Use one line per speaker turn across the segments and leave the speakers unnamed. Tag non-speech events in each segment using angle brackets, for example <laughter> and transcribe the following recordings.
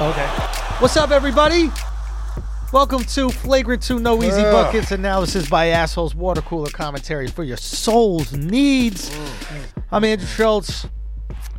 Okay.
What's up, everybody? Welcome to Flagrant 2 No Easy
Yeah.
Buckets analysis by assholes, water cooler commentary for your soul's needs. I'm Andrew Schultz.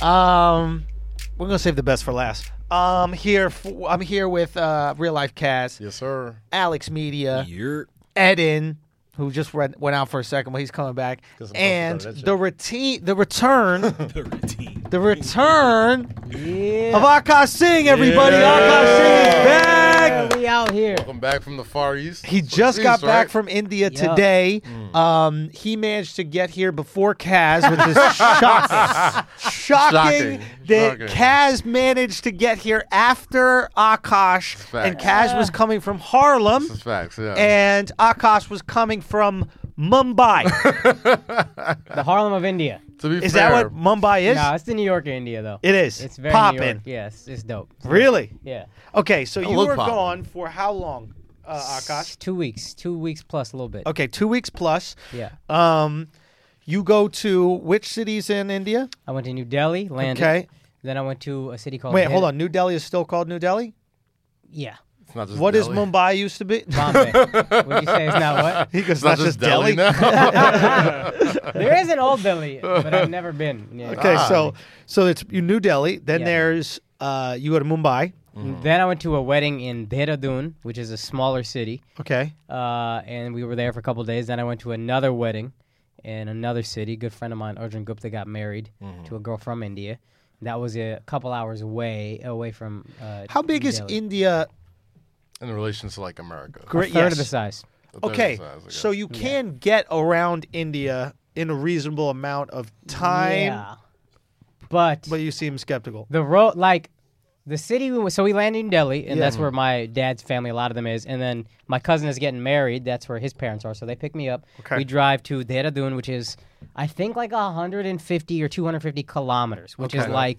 Um, we're gonna save the best for last. Um, here for, I'm here with uh, real life Kaz,
Yes, sir.
Alex Media,
You're
Eden, who just went went out for a second, but he's coming back,
I'm
and
supposed to
the routine, the return.
the routine.
The return of Akash Singh, everybody. Akash Singh is back.
We out here.
Welcome back from the Far East.
He
Far
just got
East,
back
right? Mm.
from India
Yeah.
today. Um, he managed to get here before Kaz, which is <laughs> shocking. shocking.
Shocking.
that
Shocking.
Kaz managed to get here after Akash, and
Facts.
Kaz was coming from Harlem,
That's facts. Yeah.
and Akash was coming from
<laughs>
Mumbai.
The Harlem of India.
to be
Is
fair,
that what Mumbai is?
No, it's the New York of India though.
It is.
It's very New York.
popping.
Yeah, it's, it's dope.
Really?
Yeah.
Okay, so you
was
were
poppin'.
gone for how long, uh, Akash?
It's two weeks. Two weeks plus a little bit.
Okay, two weeks plus.
Yeah.
Um, you go to which cities in India?
I went to New Delhi, landed.
Okay.
Then I went to a city called.
Wait, hold
Dehra-
on. New Delhi is still called New Delhi.
Yeah.
It's not just
What is
Delhi.
Mumbai used to be?
Bombay. Would you say it's not what?
<laughs> He goes,
It's not just Delhi, now.
There is an old Delhi, but I've never been. Yeah.
<laughs> Okay,
Ah.
so so it's you New Delhi. Then
Yeah.
there's uh, you go to Mumbai.
Then I went to a wedding in Dehradun, which is a smaller city,
Okay,
uh, and we were there for a couple days. Then I went to another wedding in another city. good friend of mine, Arjun Gupta, got married to a girl from India. That was a couple hours away away from. Uh,
how big is
Delhi.
India?
in relation to like America.
A
Great.
third
Yes.
of the size.
The third
Okay,
size, I guess.
so you can get around India in a reasonable amount of time,
Yeah. But
but you seem skeptical.
the road like the city we so we landed in delhi and that's where my dad's family a lot of them is and then my cousin is getting married that's where his parents are so they pick me up
Okay.
we drive to dehradun which is i think like 150 or 250 kilometers which is
Okay.
like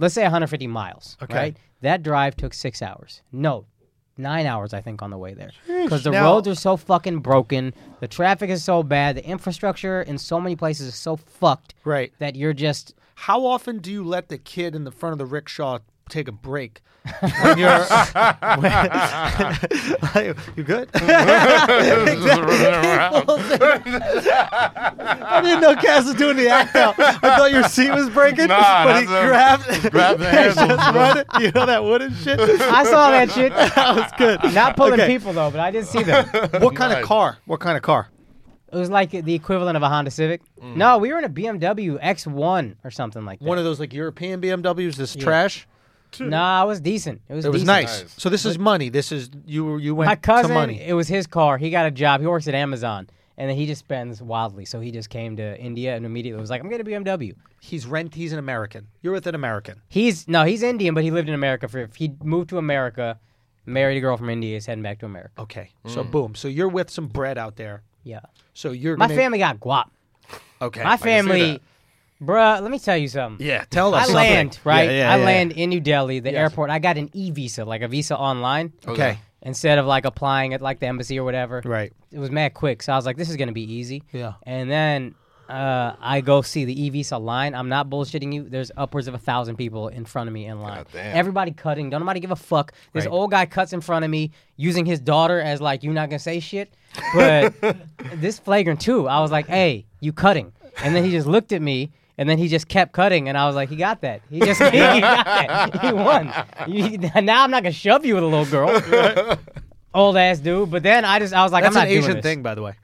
let's say 150 miles
Okay.
right that drive took six hours no nine hours i think on the way there because the
Now-
roads are so fucking broken the traffic is so bad the infrastructure in so many places is so fucked
Right.
that you're just
How often do you let the kid in the front of the rickshaw take a break? When
<laughs>
you're, <laughs> when- you good?
<laughs> Just running
Um,
<laughs>
<laughs>
around.
I didn't know Cass was doing the act out. I thought your seat was breaking,
Nah,
but he
that's a-
grabbed, <laughs>
grab the handles,
just run it. You know that wooden shit? that
I saw that
<laughs>
shit.
was good.
Not pulling
Okay.
people though, but I did
<laughs>
see them. it
What kind of
Nice.
car? What kind of car?
was like the equivalent of a Honda Civic. No, we were in a BMW X1 or something like that.
Mm. One of those like European BMWs. This trash.
nah, it was decent. It was.
It was
decent.
nice.
Nice.
So this is money. This is you. were- You went
My
to
cousin,
money.
it was his car. He got a job. He works at Amazon, and then he just spends wildly. So he just came to India and immediately was like, "I'm getting a BMW."
He's rent. He's an American. You're with an American.
He's no, he's Indian, but he lived in America for. He moved to America, married a girl from India, is heading back to America.
Okay.
Mm.
So boom. So you're with some bread out there.
Yeah,
So you're
my
gonna-
family got guap.
Okay.
My family,
that.
bruh. Let me tell you something.
Yeah. Tell us.
I
something.
land, right?
Yeah, yeah,
I
yeah.
land in New Delhi, the airport. I got an e visa, like a visa online,
Okay.
instead of like applying at like the embassy or whatever.
Right.
It was mad quick, so I was like, this is gonna be easy.
Yeah.
And then uh, I go see the e visa line. I'm not bullshitting you. There's upwards of a thousand people in front of me in line.
God damn.
Everybody cutting. Don't nobody give a fuck. This
Right.
old guy cuts in front of me using his daughter as like, you're not gonna say shit. But this flagrant too. I was like, hey, you cutting? And then he just looked at me. And then he just kept cutting, and I was like, "He got that. He just <laughs> he got that. He <laughs> won. You- now I'm not gonna shove you with a little girl, old ass dude." But then I just I was like,
That's
"I'm
an
not doing
Asian
this.
thing, by the way.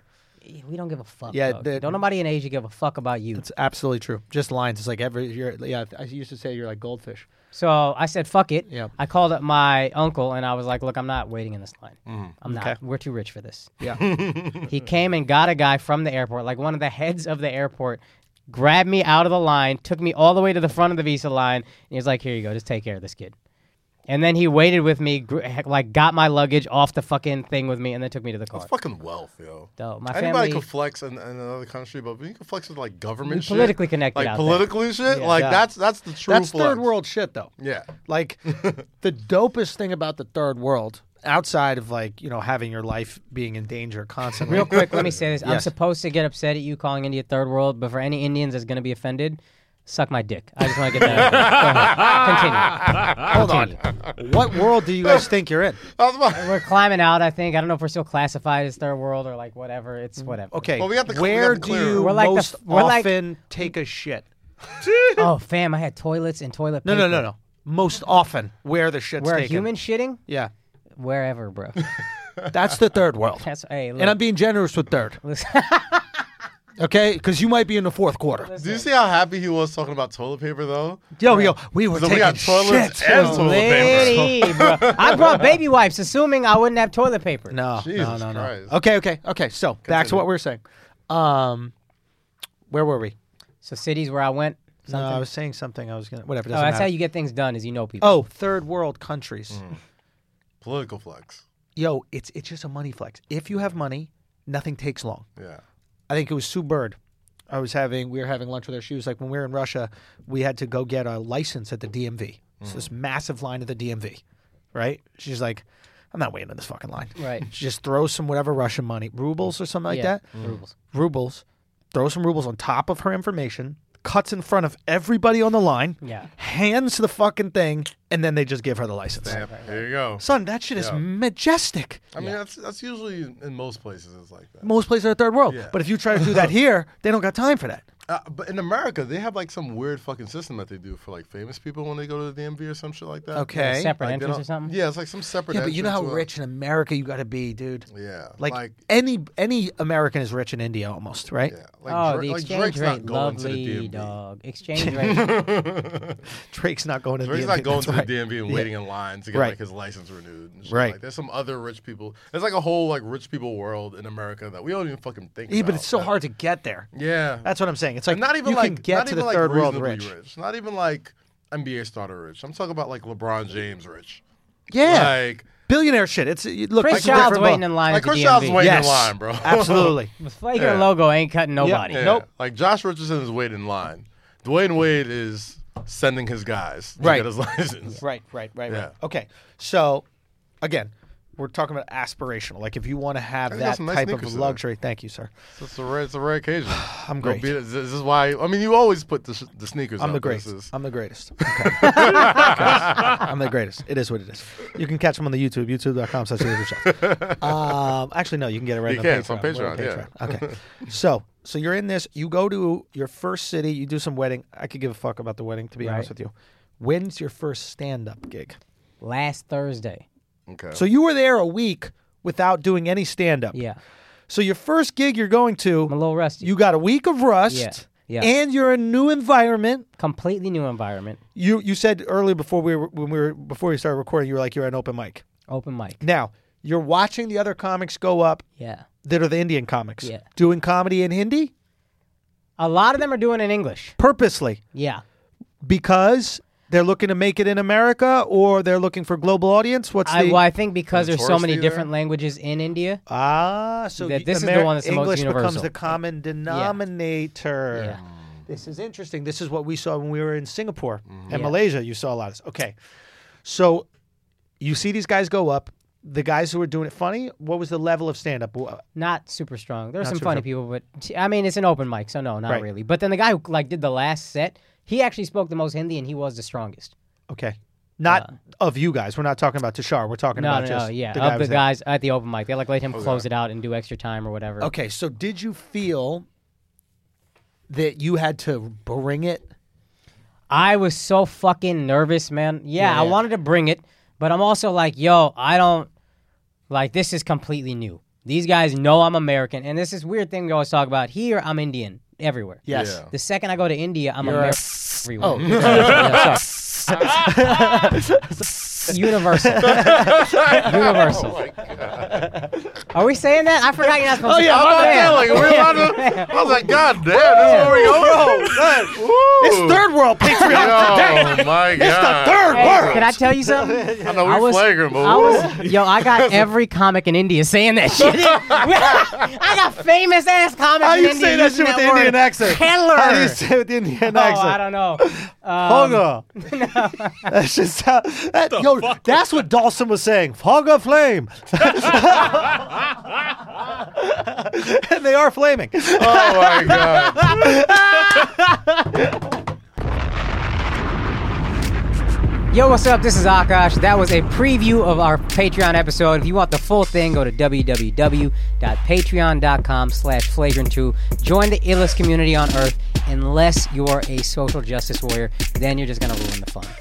We don't give a fuck.
Yeah,
Yeah,
the-
don't nobody in Asia give a fuck about you.
It's absolutely true. Just lines. It's like every. You're, yeah, I used to say you're like goldfish.
So I said, "Fuck it."
Yeah.
I called up my uncle and I was like, "Look, I'm not waiting in this line.
Mm-hmm.
I'm not.
Okay.
We're too rich for
<laughs>
this."
Yeah.
he came and got a guy from the airport, like one of the heads of the airport, grabbed me out of the line, took me all the way to the front of the visa line, and he was like, "Here you go. Just take care of this kid." And then he waited with me, gr- like got my luggage off the fucking thing with me, and then took me to the car.
Fucking wealth, yo.
Though, my
Anybody
family-
could flex in, in another country, but when you can flex with like government
We
shit,
politically connected
like
out there.
politically shit, like
Yeah.
that's that's the true.
<laughs> That's
flex.
third world shit, though.
Yeah. <laughs>
Like the dopest thing about the third world, outside of like you know having your life being in danger constantly.
Real quick, let me say this. I'm
Yes.
supposed to get upset at you calling India third world, but for any Indians that's going to be offended, Suck my dick. I just want to get that.
<laughs>
out there. Go ahead. Continue. Hold on.
What world do you guys think you're in?
<laughs> That's my-
We're climbing out. I think I don't know if we're still classified as third world or like whatever. It's whatever.
Mm. Okay,
Well, we have to cl- we
where
have
do
to clear.
you
We're like the
most
f- we're like-
often take a shit?
Oh, fam, I had toilets and toilet
No, no,
paper.
no, no. Most often where the shit's
We're a
taken.
human shitting
Yeah,
wherever, bro. <laughs>
that's the third world,
That's hey. Look,
and I'm being generous with
<laughs>
third.
listen,
Okay, because you might be in the fourth quarter.
Do you see how happy he was talking about toilet paper though?
Yo, yo, we were
So we
taking
got toilets
shit.
and toilet paper.
lady, bro. I brought baby wipes, assuming I wouldn't have toilet paper.
No, no,
Jesus
no, no.
Christ.
Okay, okay, okay. So back to
Continue.
what we were saying. Um, where were we?
So cities where I went.
No,
Something.
I was saying something. I was gonna whatever.
oh,
Doesn't
that's
matter.
how you get things done is you know people.
oh, third world countries.
Mm. Political flex.
Yo, it's it's just a money flex. If you have money, nothing takes long.
Yeah.
I think it was Sue Bird. I was having we were having lunch with her. She was like, when we were in Russia, we had to go get a license at the DMV. It's this
Mm.
massive line at the DMV, right? She's like, I'm not waiting in this fucking line.
Right.
She just throws some whatever Russian money, rubles or something Oh, like
Yeah, Mm.
that. Rubles. Throws some rubles on top of her information. Cuts in front of everybody on the line.
Yeah.
Hands the fucking thing, and then they just give her the license.
Yep, Here you go.
Son, that shit is
Yeah.
majestic.
I mean, that's that's usually in in most places it's like that.
Most places are third world,
Yeah.
but if you try to do
<laughs>
that here, they don't got time for that.
Uh, but in America, they have like some weird fucking system that they do for like famous people when they go to the DMV or some shit like that.
Okay.
Like,
Separate
they
entrance or
don't-
something.
Yeah, it's like some separate.
Yeah, but you know how
entrance to a-
rich in America you got to be, dude.
Yeah.
Like,
like
any any American is rich in India almost, right?
yeah,
Oh,
like, Dra-
the
like
exchange
Drake's
rate,
not going to the
lovely
DMV. <laughs>
dog. Exchange rate.
Drake's not going to
Drake's
the
not going
that's
to the
right.
DMV and
Yeah.
waiting in lines to get
Right.
like his license renewed. And shit.
Right.
Like, there's some other rich people. There's like a whole like rich people world in America that we don't even fucking think.
Yeah,
about.
but it's so hard to get there.
Yeah.
That's what I'm saying. It's like
And not even
you can
like
get
not
to
even
the
like
third world
reasonably
rich.
Not even like NBA starter rich. I'm talking about like LeBron James rich.
Yeah,
Like
billionaire shit. It's it, look.
Chris
it's a
Child's
different
waiting
ball.
in line
like
at the
Chris Child's
DMV.
waiting
Yes,
in line, bro.
absolutely.
The flaking
Yeah.
logo ain't cutting nobody.
Yeah.
Nope.
Like Josh Richardson is waiting in line. Dwayne Wade is sending his guys to
Right.
get his <laughs> license.
Right, right, right, right.
Yeah.
Okay, so again, we're talking about aspirational. Like if you want to have
think I got
that
some nice
type of
sneakers today.
luxury, thank you, sir.
It's a rare, it's a rare occasion.
<sighs> I'm
Go
great.
beat it. This is why. I mean, you always put the, sh- the sneakers.
I'm the
out. This
greatest.
is-
I'm the
<laughs>
greatest. Okay. <laughs> I'm the greatest. It is what it is. You can catch them on the YouTube, youtube.com slash David Shaw. um, actually, no, you can get it right
You
on
can.
Patreon.
It's
We're
on Patreon,
Okay. So, so you're in this. You go to your first city. You do some wedding. I could give a fuck about the wedding, to be honest with you. When's your first stand-up gig?
Oh.
Last Thursday.
okay.
So <laughs> you were there a week without doing any stand-up.
Yeah.
So your first gig you're going to,
I'm a little rusty.
you got a week of rust,
Yeah, yeah.
and you're in a new environment.
Completely new environment.
You you said earlier before we were when we were before we started recording, you were like you're at an open mic.
Open mic.
Now you're watching the other comics go up
Yeah.
that are the Indian comics
Yeah.
doing comedy in Hindi
A lot of them are doing it in English.
purposely
Yeah.
because they're looking to make it in America or they're looking for global audience. What's
I,
the
well, I think because there's so
touristy
many
there?
different languages in India.
ah? So
That
you-
this is the one that's the most
English becomes
universal.
the common denominator.
Yeah.
This is interesting. This is what we saw when we were in Singapore and
Mm-hmm. Yeah.
Malaysia. You saw a lot of this. Okay. So you see these guys go up. The guys who were doing it funny, what was the level of uh, stand up?
Not super strong. There's some
super
funny people, but t- I mean, it's an open mic, so no, not
Right.
really. But then the guy who like did the last set, he actually spoke the most Hindi, and he was the strongest.
Okay. Not of you guys. We're not talking about Tashar. We're talking
Uh. No,
about
no, no,
just
yeah,
the guy who's
of the
there.
guys at the open mic, they like let him close it out and do extra time or whatever.
Okay. So did you feel that you had to bring it?
I was so fucking nervous, man. Yeah, I
yeah.
wanted to bring it, but I'm also like, yo, I don't like this is completely new. These guys know I'm American, and this is weird thing we always talk about. Here, I'm Indian everywhere.
Yes.
Yeah.
The second I go to India, I'm
a- oh.
American everywhere. <laughs> Yeah, sorry.
<laughs>
Universal.
<laughs>
Universal.
Oh
Are we saying that? I forgot you're not supposed
Oh,
to.
yeah,
I'm not
Man.
telling you. We're allowed
<laughs>
to- I was like, God damn, this is where we
It's
go.
third world Patreon.
Oh my God!
the third
Hey,
world.
Can I tell you something?
I know we're flagrant, but
I was, yo,
<laughs>
I got every comic in India saying that shit. <laughs> I got famous ass comics
How
in
you
India.
say that
using
shit with the
word.
Indian accent?
Hitler.
How do you say it with the Indian
oh,
accent?
I don't know. Um,
Foga.
<laughs>
That's just how. That, yo, that's what Dawson was saying. Foga
<laughs>
flame. <laughs> and they are flaming.
oh my God!
Yo, what's up? This is Akash. That was a preview of our Patreon episode. If you want the full thing, go to www.patreon.com slash flagrant2. Join the illest community on earth. Unless you're a social justice warrior, then you're just going to ruin the fun.